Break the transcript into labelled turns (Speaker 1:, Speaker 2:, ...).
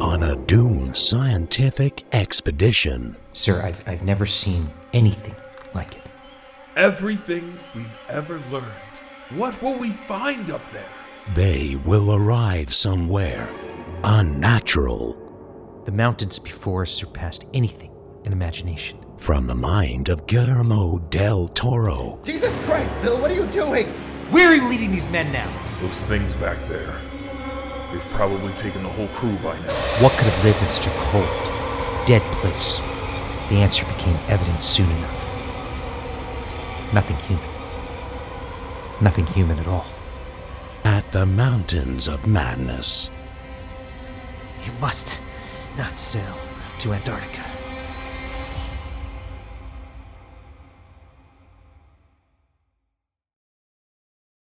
Speaker 1: on a doomed scientific expedition.
Speaker 2: Sir, I've, I've never seen anything like it.
Speaker 3: Everything we've ever learned. What will we find up there?
Speaker 1: They will arrive somewhere unnatural
Speaker 2: The mountains before us surpassed anything in imagination.
Speaker 1: from the mind of Guillermo del Toro.
Speaker 4: Jesus Christ, Bill, what are you doing?
Speaker 2: Where are you leading these men now?
Speaker 3: Those things back there. They've probably taken the whole crew by now.
Speaker 2: What could have lived in such a cold, dead place? The answer became evident soon enough. Nothing human. Nothing human at all.
Speaker 1: At the Mountains of Madness.
Speaker 2: You must not sail to Antarctica.